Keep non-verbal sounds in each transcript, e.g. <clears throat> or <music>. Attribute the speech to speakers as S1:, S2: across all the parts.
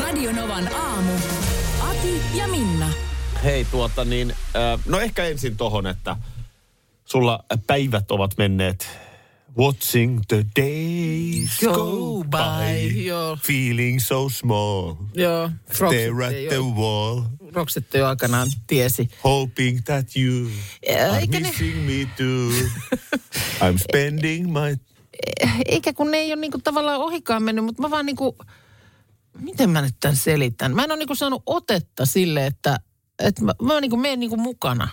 S1: Radionovan aamu. Ati ja Minna.
S2: Hei tuota niin, äh, no ehkä ensin tohon, että sulla päivät ovat menneet watching the days go,
S3: Go
S2: by,
S3: by, joo.
S2: feeling so small,
S3: Joo,
S2: stare at
S3: Frogsit
S2: the
S3: jo,
S2: wall,
S3: Frogsit jo aikanaan tiesi.
S2: hoping that you
S3: Äh,
S2: are
S3: eikä ne-
S2: missing me <laughs> too. I'm spending my...
S3: Eikä kun ne ei ole niinku tavallaan ohikaan mennyt, mutta mä vaan niinku, miten mä nyt tämän selitän? Mä en ole niinku saanut otetta sille, että, että mä, mä niinku menen niinku mukana.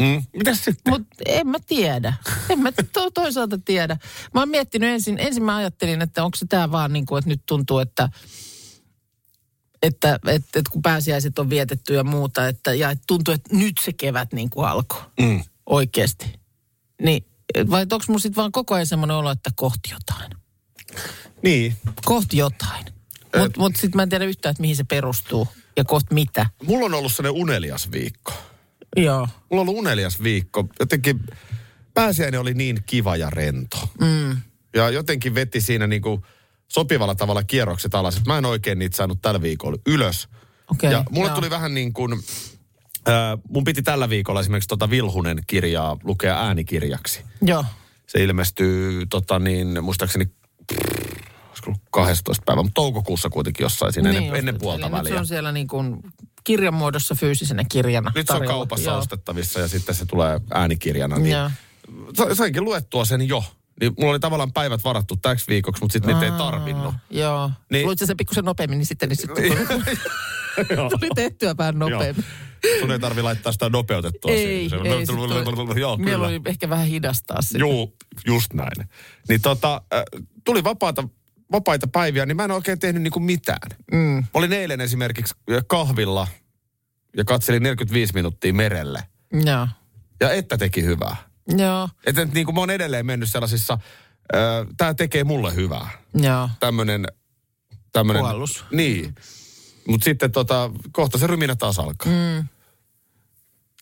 S2: Mm. Mitäs sitten?
S3: Mutta en mä tiedä. En mä to, toisaalta tiedä. Mä oon miettinyt ensin, ensin mä ajattelin, että onko se tää vaan niin kuin, että nyt tuntuu, että että, että, että kun pääsiäiset on vietetty ja muuta, että, ja että tuntuu, että nyt se kevät niin kuin alkoi
S2: Mm.
S3: oikeasti. Niin, et vai onko mun sitten vaan koko ajan semmoinen olo, että kohti jotain.
S2: Niin,
S3: Kohti jotain. Mutta mut sitten mä en tiedä yhtään, että mihin se perustuu ja kohti mitä.
S2: mulla on ollut sellainen unelias viikko.
S3: Joo.
S2: Mulla on ollut unelias viikko. Jotenkin pääsiäinen oli niin kiva ja rento.
S3: Mm.
S2: Ja jotenkin veti siinä niinku sopivalla tavalla kierrokset alas. Et Mä en oikein niitä saanut tällä viikolla ylös.
S3: Okei,
S2: ja mulle
S3: joo.
S2: tuli vähän niin kuin, äh, mun piti tällä viikolla esimerkiksi tota Vilhunen kirjaa lukea äänikirjaksi.
S3: Joo.
S2: Se ilmestyy tota niin, muistaakseni prr, olisiko ollut 12 päivä, mutta toukokuussa kuitenkin jossain siinä niin,
S3: just,
S2: ennen, ennen
S3: et-
S2: puolta
S3: eli Nyt se
S2: väliä.
S3: on siellä niin kuin kirjan muodossa fyysisenä kirjana.
S2: Nyt se on
S3: tarjolla.
S2: kaupassa
S3: Joo.
S2: ostettavissa ja sitten se tulee äänikirjana. Niin
S3: Joo.
S2: sa- sainkin luettua sen jo. Niin mulla oli tavallaan päivät varattu täksi viikoksi, mutta sitten niitä ei tarvinnut.
S3: Joo.
S2: Niin-
S3: Niin. Luitko sen pikkusen nopeammin, niin sitten niin sit <laughs>
S2: Joo.
S3: tuli tehtyä vähän nopeammin.
S2: Sun ei tarvi laittaa sitä nopeutettua
S3: ei,
S2: siihen.
S3: ei.
S2: <laughs>
S3: sit
S2: Joo,
S3: on-
S2: kyllä.
S3: Mieluummin ehkä vähän hidastaa sitä.
S2: Juu, just näin. Niin tota, äh, tuli vapaata, vapaita päiviä, niin mä en oikein tehnyt niinku mitään.
S3: Mm.
S2: Mä olin eilen esimerkiksi äh, kahvilla ja katselin 45 minuuttia merelle.
S3: Joo.
S2: Ja että teki hyvää.
S3: Joo.
S2: Että niinku mä oon edelleen mennyt sellaisissa, äh, tää tekee mulle hyvää.
S3: Joo.
S2: Tämmönen, tämmönen.
S3: Puhallus.
S2: Niin. Mutta sitten tota, kohta se ryminä taas alkaa.
S3: Mm.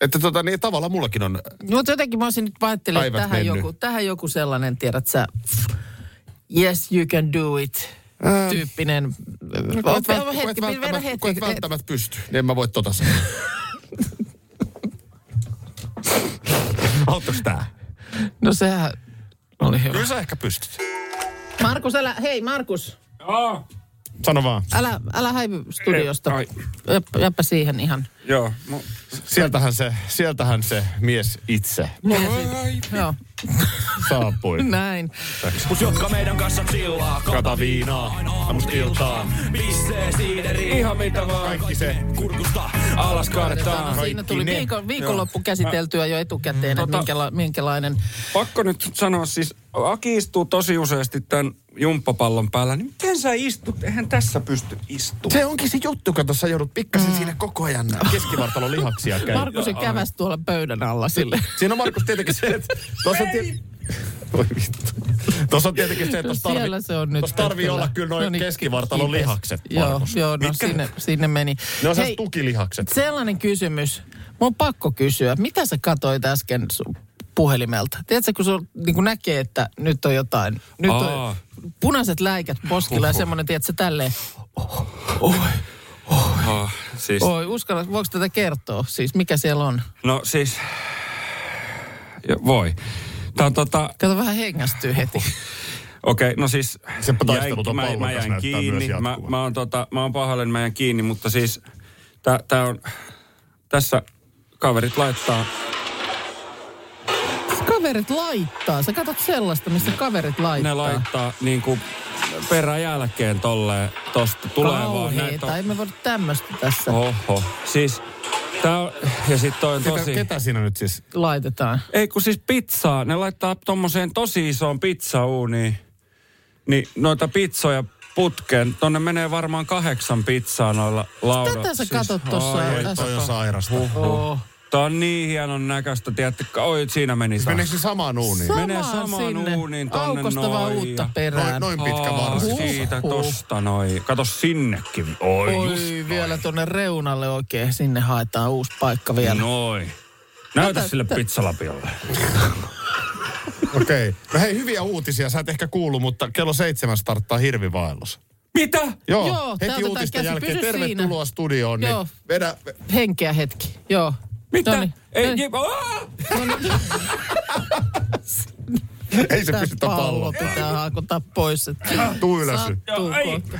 S2: Että tota, niin tavallaan mullakin on
S3: Mutta jotenkin mä olisin nyt ajattelin, että
S2: Päivät
S3: tähän
S2: mennyt.
S3: joku, tähän joku sellainen, tiedät sä, yes you can do it, tyyppinen.
S2: No, Koet,
S3: Oot-
S2: vält,
S3: oot-
S2: koet,
S3: hetki, vedä
S2: välttämättä,
S3: hetki.
S2: koet välttämättä pysty. Niin en mä voi tota <laughs> sanoa. Auttoiko tää?
S3: No sehän oli hyvä.
S2: Kyllä sä ehkä pystyt.
S3: Markus, älä, hei Markus,
S4: Ah.
S5: Joo,
S2: Sano vaan.
S3: älä, älä häivy studiosta.
S5: Ei, ai.
S3: Jäppä, jäppä siihen ihan.
S5: joo. no. mu-
S2: Sieltähän se, sieltähän se mies itse
S3: Joo,
S2: saapui.
S3: <laughs> näin.
S4: Mut jotka meidän kanssa chillaa,
S2: Kata viinaa, tämmöstä iltaa.
S4: pissee siideri, ihan mitä vaan.
S2: Kaikki se.
S4: Kurkusta alas kaadetaan.
S3: Siinä tuli
S2: ne.
S3: viikon, viikonloppu käsiteltyä jo etukäteen, että
S5: Tota-
S3: minkäla, minkälainen.
S5: Pakko nyt sanoa siis, Aki istuu tosi useasti tämän jumppapallon päällä, niin miten sä istut? Eihän tässä pysty istumaan.
S2: Se onkin se juttu, kun tuossa joudut
S3: Mm.
S2: pikkasen siinä koko ajan nää keskivartalon lihaksia käy.
S3: Markusen käväs tuolla pöydän alla sille.
S2: Siinä on Markus tietenkin se, että tuossa on, tie... Voi vittu. Tuossa on tietenkin se, että tuossa tarvii,
S3: Siellä se on nyt.
S2: tuossa tarvii
S3: kyllä.
S2: olla kyllä noin
S3: No niin,
S2: keskivartalon
S3: kiitos.
S2: lihakset.
S3: Joo,
S2: Markus.
S3: joo no
S2: Mitkä ne-
S3: sinne, sinne meni.
S2: Ne on
S3: Hei,
S2: sellaiset tukilihakset.
S3: sellainen kysymys. Mun on pakko kysyä, mitä sä katoit äsken sun puhelimelta? Tiedätkö, kun sun niin kun näkee, että nyt on jotain. Nyt on
S5: Aa.
S3: punaiset läikät poskilla ja semmoinen, tiedätkö, tälleen.
S5: Oh, siis,
S3: Oi, uskalla, voiko tätä kertoa? Siis mikä siellä on?
S5: no siis, jo, voi. Tää on tota,
S3: Kato, vähän hengästyy heti.
S5: Okei, no siis...
S2: Seppä
S5: jäin-
S2: taisteluton
S5: mä,
S2: pallon
S5: mä
S2: kanssa
S5: jäin
S2: näyttää myös
S5: kiinni. Mä,
S2: jatkuvan.
S5: mä, oon tota, mä oon pahoillani, mä jäin kiinni, mutta siis... Tää, tää on... Tässä kaverit laittaa...
S3: Kaverit laittaa. Sä katot sellaista, missä kaverit laittaa.
S5: Ne laittaa niinku peräjälkeen tolleen tosta. Tulee vaan näitä.
S3: Kauheeta. Ei me voida tämmöistä tässä oh.
S5: Oho. Siis tää on... Ja sit toi on
S2: Ketä,
S5: tosi...
S2: ketä siinä nyt siis?
S3: laitetaan.
S5: Ei kun siis pizzaa. Ne laittaa tommoseen tosi isoon pizzauuniin. Niin noita pizzoja putkeen. Tonne menee varmaan kahdeksan pizzaa noilla laudoilla.
S3: Tätä sä katot tossa
S5: Oi,
S3: äsken.
S2: Toi on sairasta.
S5: Huh. Tää on niin hienon näköistä, tiedättekö? Oi, siinä meni taas.
S2: Meneekö se samaan uuniin?
S3: Samaan
S5: Menee samaan
S3: sinne.
S5: uuniin tonne
S3: Aukosta
S5: noin
S3: vaan
S5: ja-
S3: uutta
S2: Noin,
S3: perään.
S2: noin pitkä
S5: Aa,
S2: varsi.
S3: Huh.
S5: Siitä
S3: Huh.
S5: tosta noin. Kato sinnekin. Oi, just
S3: Oi, vielä tuonne reunalle oikein. Sinne haetaan uusi paikka
S5: No.
S3: vielä.
S5: noin. Näytä
S3: Tätä-
S5: sille pizzalapiolle.
S2: Okei. Okay. No hei, hyviä uutisia. Sä et ehkä kuullut, mutta kello seitsemän starttaa hirvivaellus.
S5: Mitä?
S2: Joo,
S3: Joo, tää
S2: heti
S3: otetaan
S2: uutisten
S3: käsi.
S2: jälkeen.
S3: Pysy
S2: Tervetuloa
S3: siinä.
S2: studioon. Niin
S3: Joo.
S2: vedä,
S3: Henkeä hetki. Joo.
S5: Mitä?
S3: Noniin.
S5: Ei,
S3: Noniin.
S5: ei, aah!
S2: ei se
S3: Tää
S2: pysytä
S3: pallo
S2: palloa.
S3: pitää haakota pois. että
S2: Tuu ylös.
S3: sattuu
S5: Joo, ei.
S3: kohta.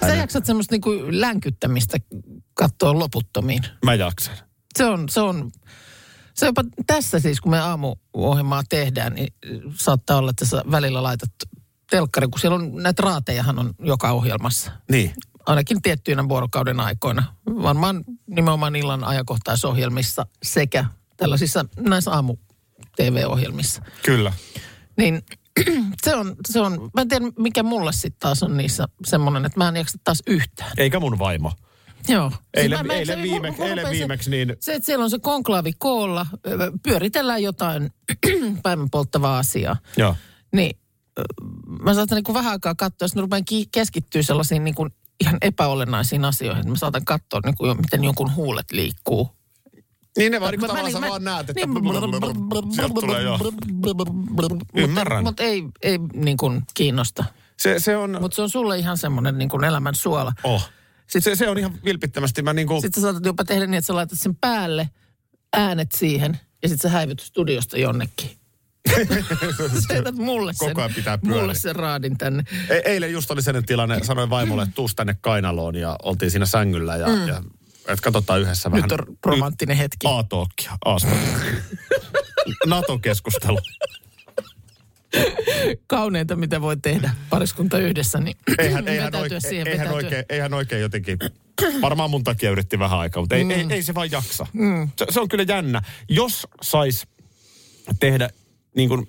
S3: Sä jaksat semmoista niinku länkyttämistä katsoa loputtomiin.
S6: Mä jaksan.
S3: Se on, se on, se on jopa tässä siis, kun me aamuohjelmaa tehdään, niin saattaa olla, että sä välillä laitat telkkari, kun siellä on näitä raatejahan on joka ohjelmassa.
S6: Niin.
S3: Ainakin tiettyinä vuorokauden aikoina. Varmaan nimenomaan illan ajankohtaisohjelmissa sekä tällaisissa näissä aamu-tv-ohjelmissa.
S2: Kyllä.
S3: Niin <clears throat> se on, se on, mä en tiedä mikä mulle sitten taas on niissä semmoinen, että mä en jaksa taas yhtään.
S6: Eikä mun vaimo.
S3: Joo.
S2: Eilen-
S3: Siis mä- mä-
S2: eilen
S3: se-
S2: viime-
S3: mä- mä
S2: eilen
S3: rupesin-
S2: viimeksi niin-
S3: Se, että siellä on se konklaavi koolla, ö, pyöritellään jotain <clears throat> päivän polttavaa asiaa,
S6: Joo.
S3: niin ö, mä saatan niin kuin vähän aikaa katsoa, jos mä rupean ki- keskittyä sellaisiin niin kuin ihan epäolennaisiin asioihin, että mä saatan katsoa, niin kuin, jo- miten jonkun huulet liikkuu.
S2: Niin ne vaan niin
S3: Mä-
S2: kuin
S3: mä-
S2: tavallaan sä
S3: mä-
S2: vaan näet, että...
S3: niin,
S2: Sieltä tulee jo.
S6: Ymmärrän.
S3: Mutta ei, ei niin kuin kiinnosta.
S2: Se, se on...
S3: Mutta se on sulle ihan semmoinen niin kuin elämän suola.
S2: Oh. Se, se on ihan vilpittömästi. Mä niinku...
S3: Oh. Sitten sä saatat jopa tehdä niin, että sä laitat sen päälle, äänet siihen ja sitten sä häivyt studiosta jonnekin. <laughs> sä jätät mulle sen,
S2: Koko ajan pitää pyöriä.
S3: mulle sen raadin tänne.
S2: E- eilen just oli sellainen tilanne, sanoin vaimolle, että tuus tänne kainaloon ja oltiin siinä sängyllä ja, mm. ja että katsotaan yhdessä vähän. Oh.
S3: Nyt on romanttinen hetki.
S2: A-talkia, <laughs> NATO-keskustelu.
S3: Kauneinta, mitä voi tehdä pariskunta yhdessä, niin
S2: Eihän, eihän,
S3: <laughs> vetäytyä
S2: oikein,
S3: siihen,
S2: eihän,
S3: vetäytyä.
S2: oikein, eihän oikein jotenkin, varmaan mun takia yritti vähän aikaa, mutta ei, mm. ei, ei se vaan jaksa. Mm. Se, se on kyllä jännä. Jos sais tehdä, niin kuin,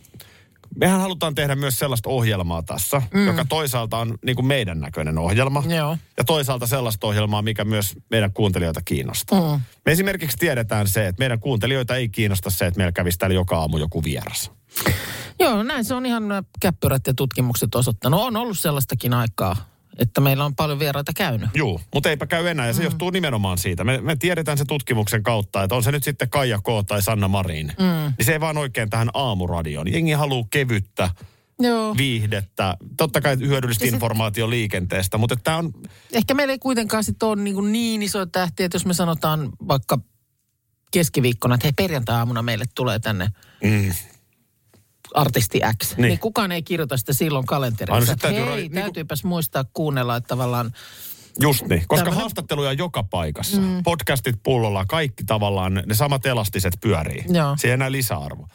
S2: mehän halutaan tehdä myös sellaista ohjelmaa tässä, mm. joka toisaalta on niin kuin meidän näköinen ohjelma.
S3: Joo.
S2: Ja toisaalta sellaista ohjelmaa, mikä myös meidän kuuntelijoita kiinnostaa. Mm. Me esimerkiksi tiedetään se, että meidän kuuntelijoita ei kiinnosta se, että meillä kävisi täällä joka aamu joku vieras.
S3: Joo, no näin se on ihan nämä käppyrät ja tutkimukset osoittanut. On ollut sellaistakin aikaa, että meillä on paljon vieraita käynyt.
S2: Joo, mutta eipä käy enää ja se mm. johtuu nimenomaan siitä. Me, me tiedetään se tutkimuksen kautta, että on se nyt sitten Kaija K. tai Sanna Marin. Mm. Niin se ei vaan oikein tähän aamuradioon. Jengi haluaa kevyttä Oh.
S3: Joo.
S2: viihdettä, totta kai hyödyllistä informaatiota liikenteestä, mutta tämä on,
S3: Ehkä meillä ei kuitenkaan sit ole niin, niin iso tähti, että jos me sanotaan vaikka keskiviikkona, että hei perjantai-aamuna meille tulee tänne mm. artisti X, niin. niin kukaan ei kirjoita sitä silloin
S2: Aina
S3: kalenteriin.
S2: sit
S3: Että
S2: täytyy
S3: hei,
S2: ra-
S3: täytyypäs
S2: niinku-
S3: muistaa kuunnella, että tavallaan
S2: just niin, koska
S3: Tämähän-
S2: haastatteluja on joka paikassa. Mm. Podcastit pullolla, kaikki tavallaan, ne samat elastiset pyörii.
S3: Joo.
S2: Siihen ei enää lisäarvo.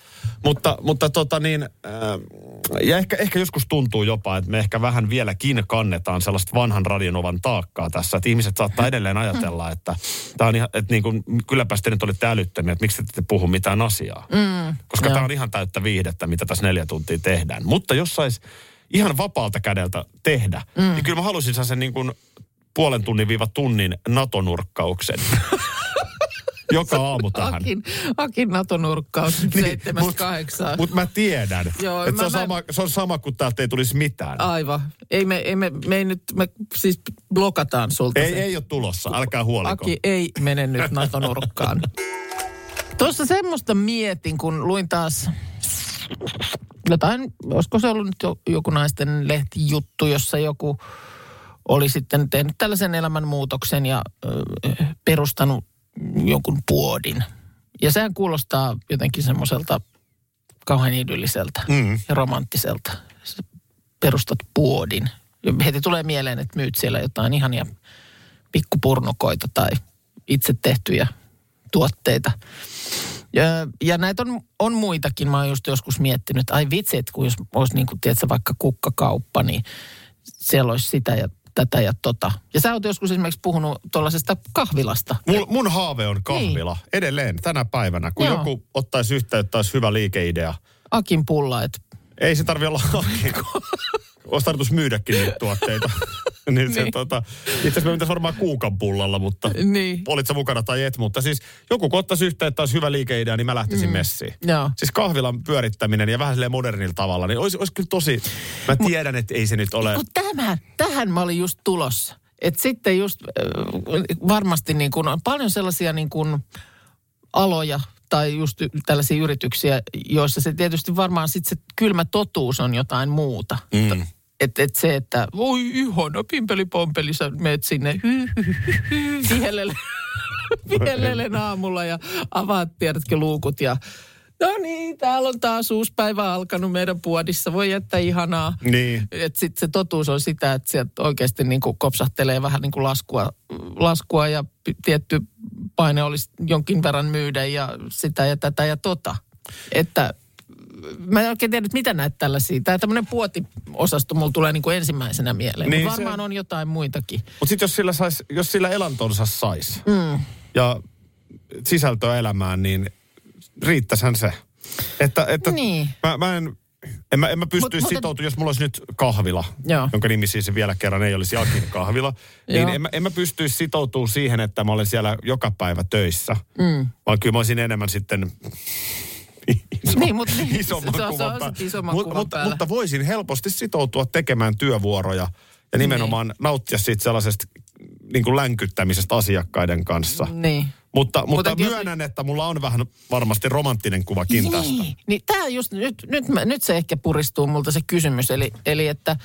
S2: Mutta, mutta tota niin, äh, ja ehkä, ehkä joskus tuntuu jopa, että me ehkä vähän vieläkin kannetaan sellaista vanhan radionovan taakkaa tässä. Että ihmiset saattaa edelleen ajatella, että, tää on ihan, että niin kuin, kylläpä te nyt olitte älyttömiä, että miksi te ette puhu mitään asiaa. Mm, Koska tämä on ihan täyttä viihdettä, mitä tässä neljä tuntia tehdään. Mutta jos sais ihan vapaalta kädeltä tehdä, mm. niin kyllä mä haluaisin sen niin kuin puolen tunnin viiva tunnin
S3: <laughs>
S2: natonurkkauksen. Joka aamu tähän. Niin,
S3: Akin, Akin NATO-nurkkaus 7-8.
S2: Mutta mä tiedän,
S3: Joo,
S2: että se,
S3: mä-
S2: on
S3: mä-
S2: sama, se on sama kuin täältä ei tulisi mitään.
S3: Aivan. Ei me, ei me, me ei nyt, me siis blokataan sulta
S2: ei,
S3: se.
S2: ei ole tulossa, älkää huoliko.
S3: Aki ei mene nyt NATO-nurkkaan. Tuossa semmoista mietin, kun luin taas jotain, olisiko se ollut nyt jo- joku naisten lehtijuttu, jossa joku oli sitten tehnyt tällaisen elämänmuutoksen ja ö, perustanut jonkun puodin. Ja sehän kuulostaa jotenkin semmoiselta kauhean idylliseltä mm. ja romanttiselta. Sä Perustat puodin. Ja Heti tulee mieleen, että myyt siellä jotain ihania pikkupurnukoita tai itse tehtyjä tuotteita. Ja, ja näitä on, on muitakin. Mä oon just joskus miettinyt, että ai vitsi, että kun jos olisi niin kuin, tiedätkö, vaikka kukkakauppa, niin siellä olisi sitä ja tätä ja tota. Ja sä oot joskus esimerkiksi puhunut tuollaisesta kahvilasta.
S2: Mun, mun haave on kahvila niin. edelleen tänä päivänä, kun
S3: Joo.
S2: Joo. joku ottaisi yhteyttä, olisi hyvä liikeidea.
S3: Akin pulla, että
S2: Ei se tarvi olla Aki. olisi tarkoitus myydäkin niitä
S3: <laughs>
S2: tuotteita. niin se,
S3: Niin.
S2: tota, itse asiassa me mentäisiin varmaan kuukan pullalla, mutta
S3: Niin.
S2: olit sä mukana tai et. Mutta siis joku kun ottaisi yhteen, että olisi hyvä liikeidea, niin mä lähtisin mm. messiin.
S3: Joo.
S2: Siis kahvilan pyörittäminen ja vähän silleen modernilla tavalla, niin olisi, olisi kyllä tosi... Mä tiedän, että ei se nyt ole...
S3: Kun Niin tähän, tähän mä olin just tulossa. Et sitten just äh, varmasti niin kun on paljon sellaisia niin kun aloja tai just y- tällaisia yrityksiä, joissa se tietysti varmaan sitten se kylmä totuus on jotain muuta. Mm. Että et se, että voi ihana pimpelipompeli, sä meet sinne hy, hy, hy, hy, vihelelle, vihelelle aamulla ja avaat tiedätkö luukut ja no niin, täällä on taas uusi päivä alkanut meidän puodissa, voi jättää ihanaa.
S2: Niin.
S3: Et sit se totuus on sitä, että sieltä oikeasti niin kuin kopsahtelee vähän niin kuin laskua, laskua ja p- tietty paine olisi jonkin verran myydä ja sitä ja tätä ja tota. Että mä en oikein tiedä, että mitä näitä tällaisia. Tämä tämmöinen puotiosasto mulla tulee niin kuin ensimmäisenä mieleen.
S2: Niin
S3: Niin varmaan
S2: se-
S3: se... on jotain muitakin.
S2: Mutta sitten jos sillä, sais, jos sillä elantonsa sais mm. ja sisältöä elämään, niin riittäshän se. Että, että
S3: Niin.
S2: mä, mä en, en mä, en mä pystyisi
S3: Mut- mut-
S2: sitoutumaan, jos mulla olisi nyt kahvila,
S3: Joo.
S2: jonka nimi siis vielä kerran ei olisi Akin kahvila, niin
S3: Joo.
S2: en mä, en mä pystyisi sitoutumaan siihen, että mä olen siellä joka päivä töissä. Mm. Vaan kyllä mä olisin enemmän sitten
S3: niin, mutta niin,
S2: isomman
S3: se, on- se
S2: kuvan
S3: on
S2: päällä.
S3: sitten isomman
S2: Mut-
S3: kuvan
S2: mutta,
S3: päällä.
S2: mutta voisin helposti sitoutua tekemään työvuoroja ja nimenomaan niin. nauttia siitä sellaisesta niin kuin länkyttämisestä asiakkaiden kanssa. Mm.
S3: niin.
S2: Mutta, mutta
S3: et jos-
S2: myönnän, että mulla on vähän varmasti romanttinen kuvakin niin. tästä.
S3: Niin, niin tämä just, nyt, nyt, mä- nyt se ehkä puristuu multa se kysymys, eli, eli että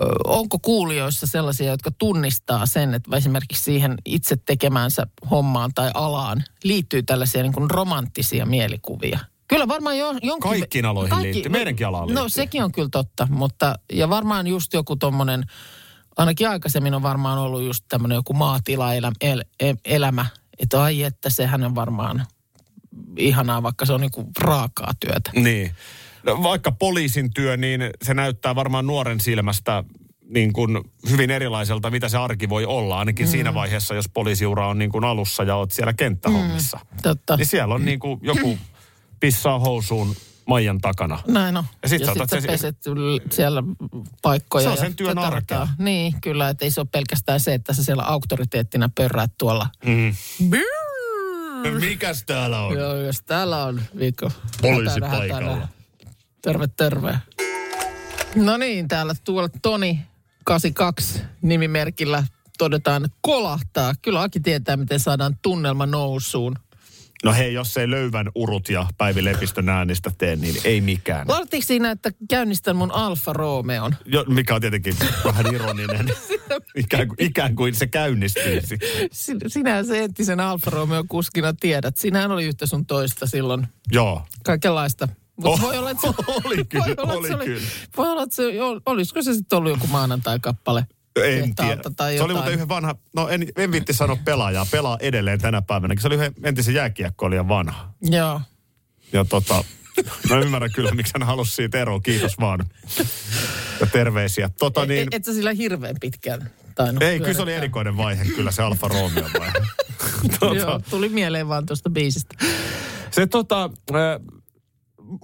S3: ö, onko kuulijoissa sellaisia, jotka tunnistaa sen, että esimerkiksi siihen itse tekemäänsä hommaan tai alaan liittyy tällaisia niin kuin romanttisia mielikuvia? Kyllä varmaan jo, jonkin...
S2: Kaikkiin aloihin liittyy. Meidänkin alaan
S3: No
S2: liittyy.
S3: sekin on kyllä totta, mutta ja varmaan just joku tommonen, ainakin aikaisemmin on varmaan ollut just tämmöinen joku maatilaelämä, el, el, elämä, että ai että sehän on varmaan ihanaa, vaikka se on niinku raakaa työtä.
S2: Niin. No, vaikka poliisin työ, niin se näyttää varmaan nuoren silmästä niin kuin hyvin erilaiselta, mitä se arki voi olla, ainakin mm. siinä vaiheessa, jos poliisiura on niin kuin alussa ja oot siellä kenttähommissa. Mm.
S3: Totta.
S2: Niin siellä on niin kuin joku pissaa housuun Maijan takana.
S3: Näin on.
S2: Ja sit sä
S3: ja sit
S2: otat
S3: sä
S2: sen-
S3: peset siellä paikkoja.
S2: Se on
S3: ja
S2: sen työn
S3: tätä
S2: arkea.
S3: rataa. Niin, kyllä, että ei se ole pelkästään se, että sä siellä auktoriteettina pörräät tuolla. Mm.
S2: Mikäs täällä on?
S3: Joo, jos täällä on viikko.
S2: Poliisi
S3: Hätänä, hätänä.
S2: paikalla.
S3: Terve, terve. No niin, täällä tuolla Toni 82 nimimerkillä todetaan kolahtaa. Kyllä Aki tietää, miten saadaan tunnelma nousuun.
S2: No hei, jos ei löyvän urut ja Päivi Lepistön äänistä tee, niin ei mikään.
S3: Valtiinko siinä, että käynnistän mun Alfa Romeon?
S2: Jo, mikä on tietenkin vähän
S3: <laughs>
S2: ironinen. ikään, kuin, ikään kuin se käynnistyisi.
S3: Sin- Sinä se entisen Alfa Romeo kuskina tiedät. Sinähän oli yhtä sun toista silloin.
S2: Joo.
S3: Kaikenlaista. Mut
S2: Oh,
S3: voi olla, että se,
S2: <laughs> oli kyllä,
S3: voi olla, että
S2: oli
S3: se oli,
S2: kyllä.
S3: Voi olla, että se, olisiko se sitten ollut joku maanantai-kappale?
S2: En tiedä.
S3: Tehtaalta Tai
S2: se oli muuten
S3: jotain.
S2: yhden vanha, no en, en viitti sanoa pelaajaa, pelaa edelleen tänä päivänä. Se oli yhden entisen jääkiekkoilijan vanha.
S3: Joo.
S2: Ja tota, mä ymmärrän kyllä, miksi hän halusi siitä eroa. Kiitos vaan. Ja terveisiä. Tota,
S3: Niin.
S2: niin,
S3: Et, et sä sillä hirveän pitkään tainnut
S2: ei, kyllä se oli
S3: pyörittää.
S2: erikoinen vaihe, kyllä se Alfa Romeo vaihe.
S3: <laughs> Joo,
S2: tota,
S3: tuli mieleen vaan tuosta biisistä.
S2: <clears throat> se tota, äh,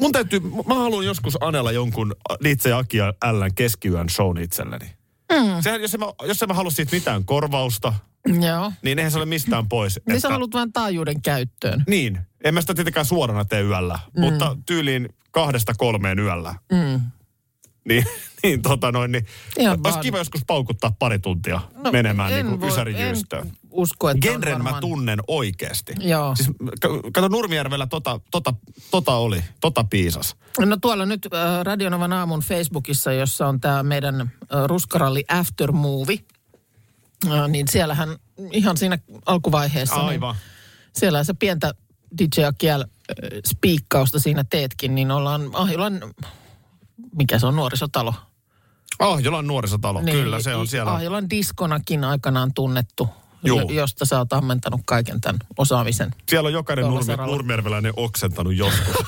S2: mun täytyy, mä haluan joskus anella jonkun Liitse ja Aki ja Ällän keskiyön shown itselleni. Mm. Sehän, jos en mä, jos en mä halua siitä mitään korvausta,
S3: Joo.
S2: niin eihän se ole mistään pois.
S3: Niin sä haluat vain taajuuden käyttöön.
S2: Niin, en mä sitä tietenkään suorana tee yöllä, mm. mutta tyyliin kahdesta kolmeen yöllä. Mm. Niin, <laughs> niin tota noin, niin
S3: Ihan
S2: olisi
S3: vaan.
S2: kiva joskus paukuttaa pari tuntia no, menemään niin kuin
S3: en
S2: ysärijyystöön.
S3: usko, että Niin on
S2: Genren
S3: varmaan...
S2: mä tunnen oikeasti.
S3: Joo.
S2: Siis, k- kato Nurmijärvellä tota, tota, tota oli, tota piisas.
S3: No tuolla nyt äh, Radionovan aamun Facebookissa, jossa on tämä meidän äh, ruskaralli After Movie, äh, niin siellähän ihan siinä alkuvaiheessa,
S2: Aivan.
S3: niin siellä se pientä DJ Akiel äh, spiikkausta siinä teetkin, niin ollaan Ahjolan, mikä se on, nuorisotalo?
S2: Ahjolan Ah, nuorisotalo,
S3: Niin,
S2: kyllä se on siellä.
S3: Ahjolan diskonakin aikanaan tunnettu,
S2: Juu.
S3: jo, josta sä oot ammentanut kaiken tämän osaamisen.
S2: <laughs> Siellä on jokainen
S3: Tuolla
S2: nurmi,
S3: saralla.
S2: nurmijärveläinen oksentanut joskus.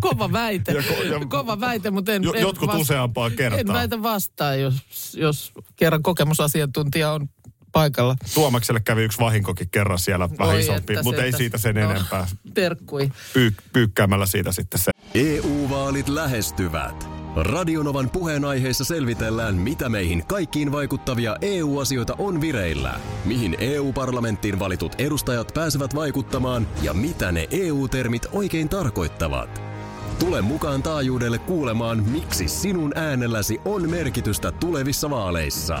S3: Kova väite,
S2: Ja ko- ja-
S3: kova väite, mutta <laughs> en,
S2: Jo,
S3: en
S2: jotkut
S3: vasta-
S2: useampaa
S3: En
S2: kertaa.
S3: väitä vastaan, jos, jos kerran kokemusasiantuntija on paikalla.
S2: Tuomakselle kävi yksi vahinkokin kerran siellä vähän
S3: Voi
S2: isompi,
S3: että
S2: mutta ei
S3: sentäs.
S2: siitä sen
S3: No,
S2: enempää.
S3: Terkkui.
S2: Pyy, pyykkäämällä siitä sitten se.
S7: EU-vaalit E lähestyvät. Radionovan puheenaiheessa selvitellään, mitä meihin kaikkiin vaikuttavia EU-asioita on vireillä, mihin EU-parlamenttiin valitut edustajat pääsevät vaikuttamaan ja mitä ne EU-termit oikein tarkoittavat. Tule mukaan taajuudelle kuulemaan, miksi sinun äänelläsi on merkitystä tulevissa vaaleissa.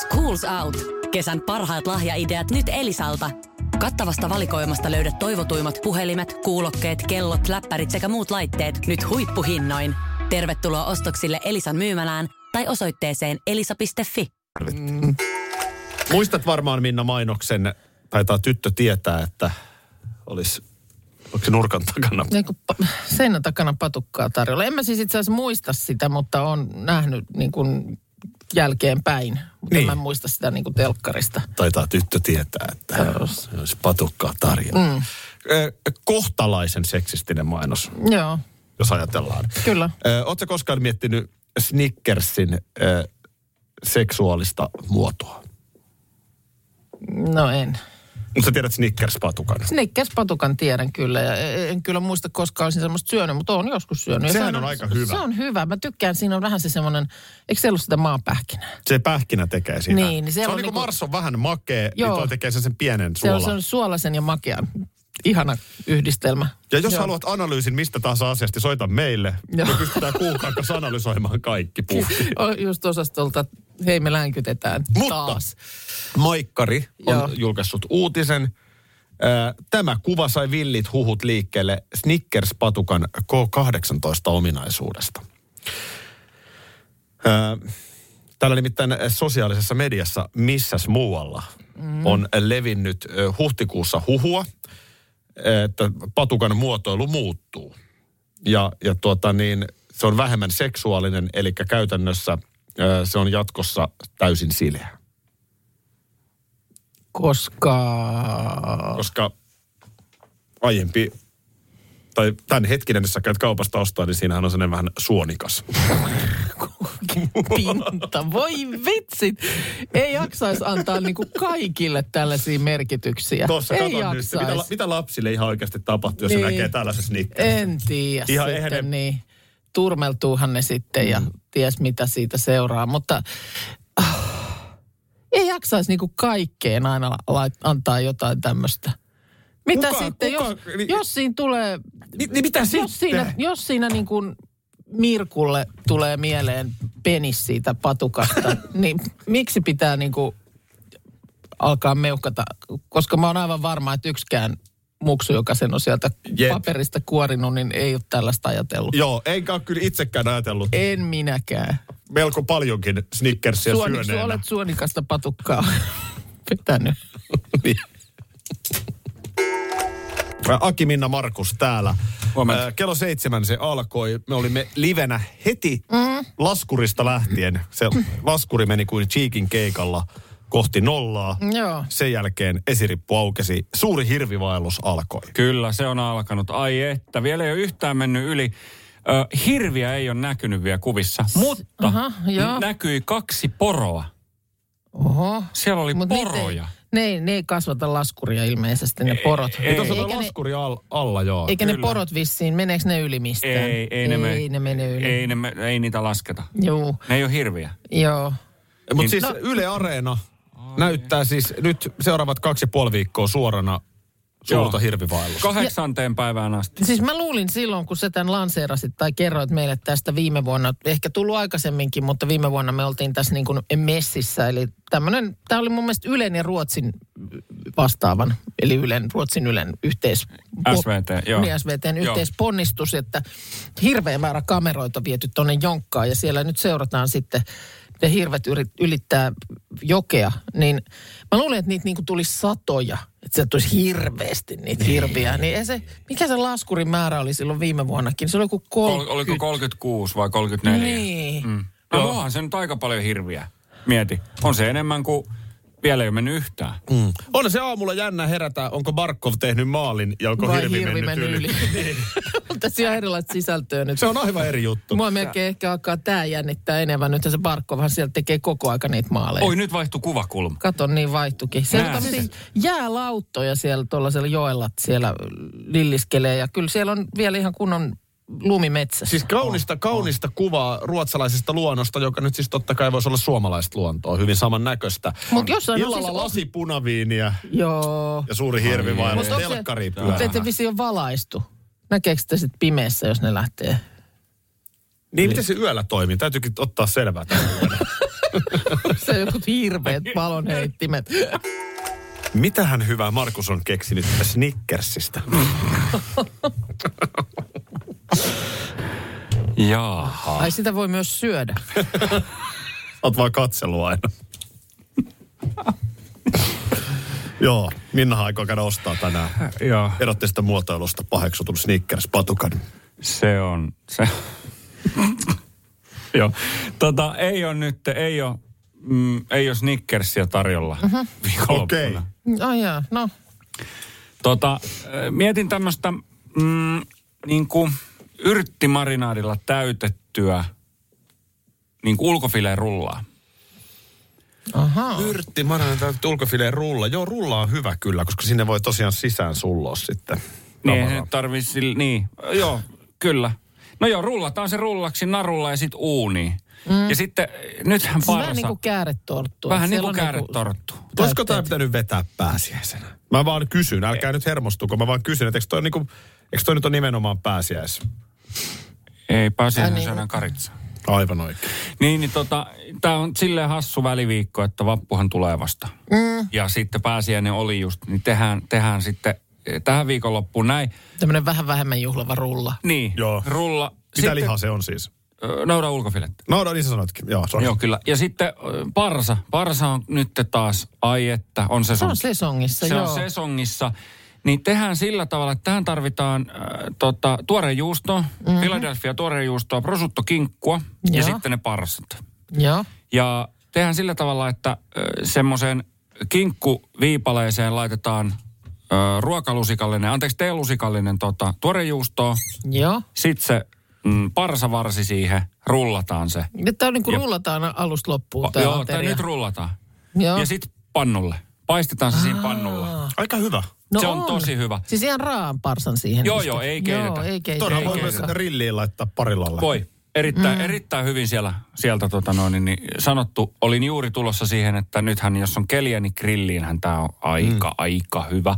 S1: Schools Out. Kesän parhaat lahjaideat nyt Elisalta. Kattavasta valikoimasta löydät toivotuimmat puhelimet, kuulokkeet, kellot, läppärit sekä muut laitteet nyt huippuhinnoin. Tervetuloa ostoksille Elisan myymälään tai osoitteeseen elisa.fi.
S2: Muistat varmaan Minna mainoksen, taitaa tyttö tietää, että olisi, onko se nurkan takana?
S3: Niin kuin pa- seinän takana patukkaa tarjolla. En mä siis itse asiassa muista sitä, mutta on nähnyt niin kuin jälkeenpäin. Mutta
S2: Niin.
S3: niin. mä en muista sitä niin kuin telkkarista.
S2: Taitaa tyttö tietää, että
S3: Taas.
S2: olisi patukkaa tarjolla. Mm. Kohtalaisen seksistinen mainos,
S3: Joo,
S2: jos ajatellaan.
S3: kyllä.
S2: Oletko koskaan miettinyt Snickersin ö, seksuaalista muotoa?
S3: No en.
S2: Mutta sä tiedät Snickers-patukan.
S3: Snickers-patukan tiedän kyllä ja e, en kyllä muista koskaan olisin semmoista syönyt, mutta on joskus syönyt. Ja
S2: Sehän on aika hyvä.
S3: Se on hyvä. Mä tykkään, siinä on vähän se semmoinen, eikö se ollut sitä maapähkinää?
S2: Se pähkinä tekee siitä.
S3: Niin, niin
S2: se,
S3: se
S2: se on
S3: on
S2: niin kuin
S3: niinku-
S2: Mars on vähän makea, Joo.
S3: Joo.
S2: niin toi tekee sen, sen pienen
S3: Se on,
S2: suolan.
S3: se on suolaisen ja makean. Ihana yhdistelmä.
S2: Ja jos Joo. haluat analyysin mistä tahansa asiasta, niin soita meille.
S3: Joo.
S2: Me pystytään kuukauden kanssa analysoimaan kaikki puhti.
S3: O- Just osastolta, hei me länkytetään
S2: Mutta-
S3: taas.
S2: Maikkari on
S3: Joo.
S2: julkaissut uutisen. Ää, Tämä kuva sai villit huhut liikkeelle Snickers-patukan K18-ominaisuudesta. Ää, Täällä nimittäin sosiaalisessa mediassa missäs muualla on levinnyt ö, huhtikuussa huhua, että patukan muotoilu muuttuu. Ja, ja tuota niin, se on vähemmän seksuaalinen, eli käytännössä ö, se on jatkossa täysin sileä.
S3: Koska...
S2: koska aiempi tai tämän hetkinen, jos sä käyt kaupasta ostaa, niin siinähän on sellainen vähän
S3: <laughs>
S2: suonikas.
S3: pinta. Voi vitsit. Ei jaksaisi antaa niinku kaikille tällaisia merkityksiä.
S2: Tuossa
S3: Ei
S2: katon nyt, mitä, la-
S3: jaksais.
S2: mitä lapsille ihan oikeasti tapahtuu, jos niin.
S3: Niin.
S2: näkee tällaisen snickerin?
S3: En tiedä
S2: Ihan Mm.
S3: sitten,
S2: ehde-
S3: niin. Turmeltuuhan ne sitten ja ties mitä siitä seuraa, mutta ah, ei jaksaisi niinku kaikkeen aina lait- antaa jotain tämmöistä. Mitä
S2: Kuka-
S3: sitten,
S2: kuka-
S3: jos,
S2: niin-
S3: jos siinä tulee,
S2: Niin, niin mitä sitten?
S3: jos siinä, jos siinä niin kuin Mirkulle tulee mieleen penis siitä
S2: <laughs>
S3: patukasta, niin miksi pitää niin kuin alkaa meuhkata? Koska mä oon aivan varma, että yksikään muksu, joka sen on sieltä
S2: Jep.
S3: Jep. paperista kuorinut, niin ei ole tällaista ajatellut. Jep.
S2: Joo, enkä ole kyllä itsekään ajatellut.
S3: En minäkään.
S2: Melko paljonkin snickersia
S3: Suoni,
S2: syöneenä.
S3: sä olet suonikasta patukkaa <laughs> pitänyt.
S2: <laughs> Niin. Aki Minna Markus täällä.
S5: Huomenta.
S2: Äh, Kello seitsemän se alkoi. Me olimme livenä heti
S3: Mm-hmm.
S2: mm. laskurista lähtien. Se laskuri meni kuin Cheekin keikalla kohti nollaa.
S3: Joo.
S2: Sen jälkeen esirippu aukesi. Suuri hirvivaellus alkoi.
S5: Kyllä, se on alkanut. Ai että, vielä ei ole yhtään mennyt yli. Ö, hirviä ei ole näkynyt vielä kuvissa, mutta
S3: aha, joo.
S5: n- näkyi kaksi poroa.
S3: Oho.
S5: Siellä oli
S3: Mut niitä ei-
S5: poroja.
S3: Ne, ei- ne ei kasvata laskuria ilmeisesti, ne porot.
S5: ei.
S2: Ei, tuossa
S3: Eikä
S2: on
S3: ne-
S2: laskuri al, alla, joo.
S3: Eikä ne
S5: Kyllä.
S3: porot vissiin, meneekö ne yli mistään?
S5: Ei, ei, ne,
S3: ei ne mene yli.
S5: Ei, ne, me- ei niitä lasketa.
S3: Joo,
S5: Ne ei ole hirviä.
S3: joo.
S2: Mutta siis
S3: No-
S2: Yle Areena näyttää siis nyt seuraavat kaksi ja puoli viikkoa suorana suurta
S5: Joo.
S2: hirvivaellusta.
S5: Kahdeksanteen päivään asti.
S3: Siis mä luulin silloin, kun sä tämän lanseerasit tai kerroit meille tästä viime vuonna, ehkä tullut aikaisemminkin, mutta viime vuonna me oltiin tässä niin kuin messissä. Eli tämmönen, tämä oli mun mielestä Ylen ja Ruotsin vastaavan, eli Ylen, Ruotsin Ylen yhteis...
S5: SVT, joo.
S3: Niin, SVTn
S5: Joo.
S3: yhteisponnistus, että hirveä määrä kameroita viety tuonne jonkkaan ja siellä nyt seurataan sitten, miten hirvet yrit- ylittää jokea, niin mä luulen, että niitä niinku tulisi satoja. Että sieltä tulisi hirveästi niitä hirviä. Niin ei se, mikä se laskurin määrä oli silloin viime vuonnakin? Se oli joku
S5: Kol,
S3: 30.
S5: oliko 36 vai 34?
S3: Niin.
S5: Mm. No onhan se nyt aika paljon hirviä. Mieti. On se enemmän kuin vielä ei ole mennyt yhtään.
S2: Mm. On se aamulla jännä herätä, onko Barkov tehnyt maalin ja onko
S3: Vai
S2: hirvi,
S3: hirvi mennyt yli.
S5: <laughs>
S3: <laughs> Mutta siinä on erilaista sisältöä
S2: <laughs>
S3: nyt.
S2: Se on aivan eri juttu.
S3: Mua melkein ehkä alkaa tää jännittää enemmän. Nyt se Barkkovahan sieltä tekee koko aika niitä maaleja.
S5: Oi, nyt vaihtui kuvakulma.
S3: Kato, niin vaihtukin. Siellä on
S5: Nää.
S3: tämmöisiä jäälauttoja siellä tuollaisella joella siellä lilliskelee. Ja kyllä siellä on vielä ihan kunnon lumimetsässä.
S2: Siis kaunista, kaunista kuvaa ruotsalaisesta luonnosta, joka nyt siis totta kai voisi olla suomalaista luontoa, hyvin samannäköistä.
S3: Mut jossain on
S2: Illalla
S3: siis-
S2: lasi punaviiniä
S3: Joo.
S2: ja suuri hirvi vaelus,
S3: Mutta onko se-
S2: telkkari pyörä.
S3: Mutta ettei vissi ole valaistu. Näkeekö sitä sitten pimeässä, jos ne lähtee? <laughs>
S2: Niin miten se yöllä toimii? Täytyykin ottaa selvää. tähän.
S3: se on joku hirveät palonheittimet.
S2: Mitähän hyvää Markus on keksinyt Snickersistä?
S5: Jaaha.
S3: Ai sitä voi myös syödä.
S2: Oot vaan katsellut aina. Joo, Minna aikoo käydä ostaa tänään.
S5: Joo.
S2: Erotti sitä muotoilusta paheksutun Snickers patukan.
S5: Se on, se Joo. Tota, ei ole nyt, ei ole, mm, ei ole Snickersia tarjolla uh-huh. viikonloppuna.
S2: Okei.
S3: Ai jaa, no.
S5: Tota, äh, mietin tämmöistä mm, niin kuin yrttimarinaadilla täytettyä niin kuin ulkofileen rullaa.
S3: Aha.
S2: Yrtti, mä annan täältä ulkofileen rulla. Joo, rulla on hyvä kyllä, koska sinne voi tosiaan sisään sulloa sitten.
S5: Niin,
S2: tavaraa.
S5: eihän tarvii sille, niin, Ö, joo, kyllä. No joo, rullataan se rullaksi narulla ja sitten uuniin. Mm. Ja sitten, eh, nythän
S3: Siis
S5: parsa.
S3: vähän niin kuin kääretorttu.
S5: vähän niin
S3: Siellä
S5: kuin
S3: on niinku-
S5: kääretorttu.
S2: Olisiko
S3: Täytteet.
S2: tämä pitänyt vetää pääsiäisenä? Mä vaan kysyn, älkää nyt hermostuko. Mä vaan kysyn, että eikö toi, niinku, eikö toi nyt ole nimenomaan pääsiäis?
S5: Ei pääse
S3: Ai niin.
S5: syödään karitsaan.
S2: Aivan oikein.
S5: Niin, niin tota, tämä on silleen hassu väliviikko, että vappuhan tulee vasta. Mm. Ja sitten pääsiäinen oli just, niin tehdään, tehdään sitten eh, tähän viikonloppuun näin.
S3: Tämmöinen vähän vähemmän juhlava rulla.
S5: Niin,
S2: Joo.
S5: rulla.
S2: Mitä sitten... lihaa se on siis?
S5: Noudaan ulkofilettä.
S2: No, no niin sä sanoitkin. Joo, sorry.
S5: Joo, kyllä. Ja sitten ö, parsa. Parsa on nyt taas, ai että, on se
S3: Se on sesongissa,
S5: No. se
S3: joo.
S5: on sesongissa. Niin tehdään sillä tavalla, että tähän tarvitaan äh, tota, tuore juusto, mm-hmm. Philadelphia tuore juustoa, prosuttokinkkua ja, ja
S3: Mhm. Joo.
S5: sitten ne parsat.
S3: Joo.
S5: Ja tehdään sillä tavalla, että ö, semmoiseen kinkkuviipaleeseen laitetaan ö, ruokalusikallinen, anteeksi teelusikallinen tota, tuorejuustoa,
S3: Joo.
S5: sitten se mm, parsavarsi siihen, rullataan se.
S3: Ja Tämä on niin kuin
S5: Ja-
S3: rullataan alusta loppuun
S5: Pa-
S3: tämä
S5: joo, tää
S3: ateria.
S5: nyt rullataan.
S3: Joo.
S5: Ja sitten pannulle. Paistetaan se siinä pannulla.
S2: Aika hyvä.
S5: se on tosi hyvä.
S3: Siis ihan raan parsan siihen.
S5: Joo,
S3: istet-
S5: joo, ei keitetä.
S3: Joo, ei keitetä.
S2: Todella
S5: Ei
S2: voi myös
S5: keitetä.
S2: rilliin laittaa parillalle.
S5: Voi. Erittäin, mm. erittäin hyvin siellä, sieltä tota noin, niin sanottu. Olin juuri tulossa siihen, että nythän jos on keliä, niin grilliinhän tämä on aika, mm. aika hyvä.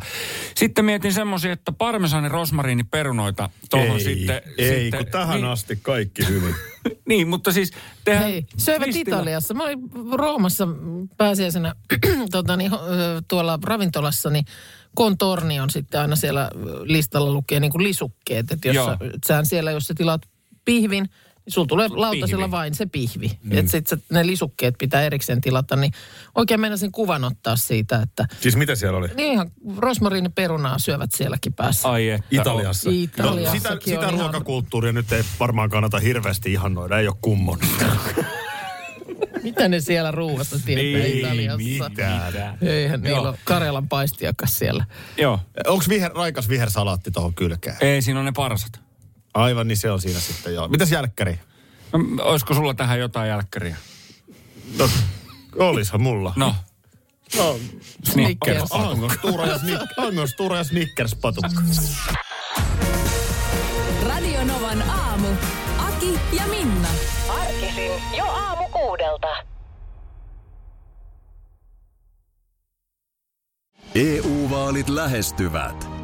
S5: Sitten mietin semmoisia, että parmesaani, rosmariini, perunoita tuohon
S2: ei,
S5: sitten.
S2: ei
S5: sitten,
S2: kun tähän
S5: niin,
S2: asti kaikki
S5: <laughs>
S2: hyvin.
S5: Niin, mutta siis tehdään...
S3: Hei, söivät
S5: twistillä.
S3: Italiassa. Mä olin Roomassa pääsiäisenä <clears throat> tota, niin, ö, tuolla ravintolassa, niin kontorni on sitten aina siellä ö, listalla lukee niin kuin lisukkeet. Että jos
S5: Joo.
S3: sä, et sään siellä, jos sä tilaat pihvin, niin sulla tulee
S5: Sulla
S3: lautasella
S5: pihvi.
S3: vain se pihvi. Mm. Että sitten ne lisukkeet pitää erikseen tilata, niin oikein meinasin kuvan ottaa siitä, että
S2: siis mitä siellä oli?
S3: niin ihan rosmariiniperunaa syövät sielläkin päässä.
S5: Ai että.
S2: Italiassa. No,
S3: Italiassakin
S2: sitä,
S3: on
S2: sitä
S3: ihan-
S2: ruokakulttuuria nyt ei varmaan kannata hirveästi ihannoida, ei ole
S3: <laughs>
S2: kummon.
S3: Mitä ne siellä ruuassa tietää Italiassa?
S2: mitään.
S3: Eihän niillä
S5: Niin, Joo.
S3: ole Karjalan paistiakas siellä.
S5: Joo.
S2: Onko viher, raikas vihersalaatti tuohon kylkeen?
S5: Ei, siinä on ne parsat.
S2: Aivan, niin se on siinä sitten joo. Mitäs jälkkäri?
S5: No, olisiko sulla tähän jotain jälkkäriä?
S2: No, olishan mulla.
S5: No.
S2: no
S5: Snickers.
S3: Snickers.
S2: Angos Tuura ja, snick, <laughs> Angos Tuura ja Snickers patukka.
S1: Radio Novan aamu. Aki ja Minna.
S8: Arkisin jo aamu kuudelta.
S7: EU-vaalit E lähestyvät.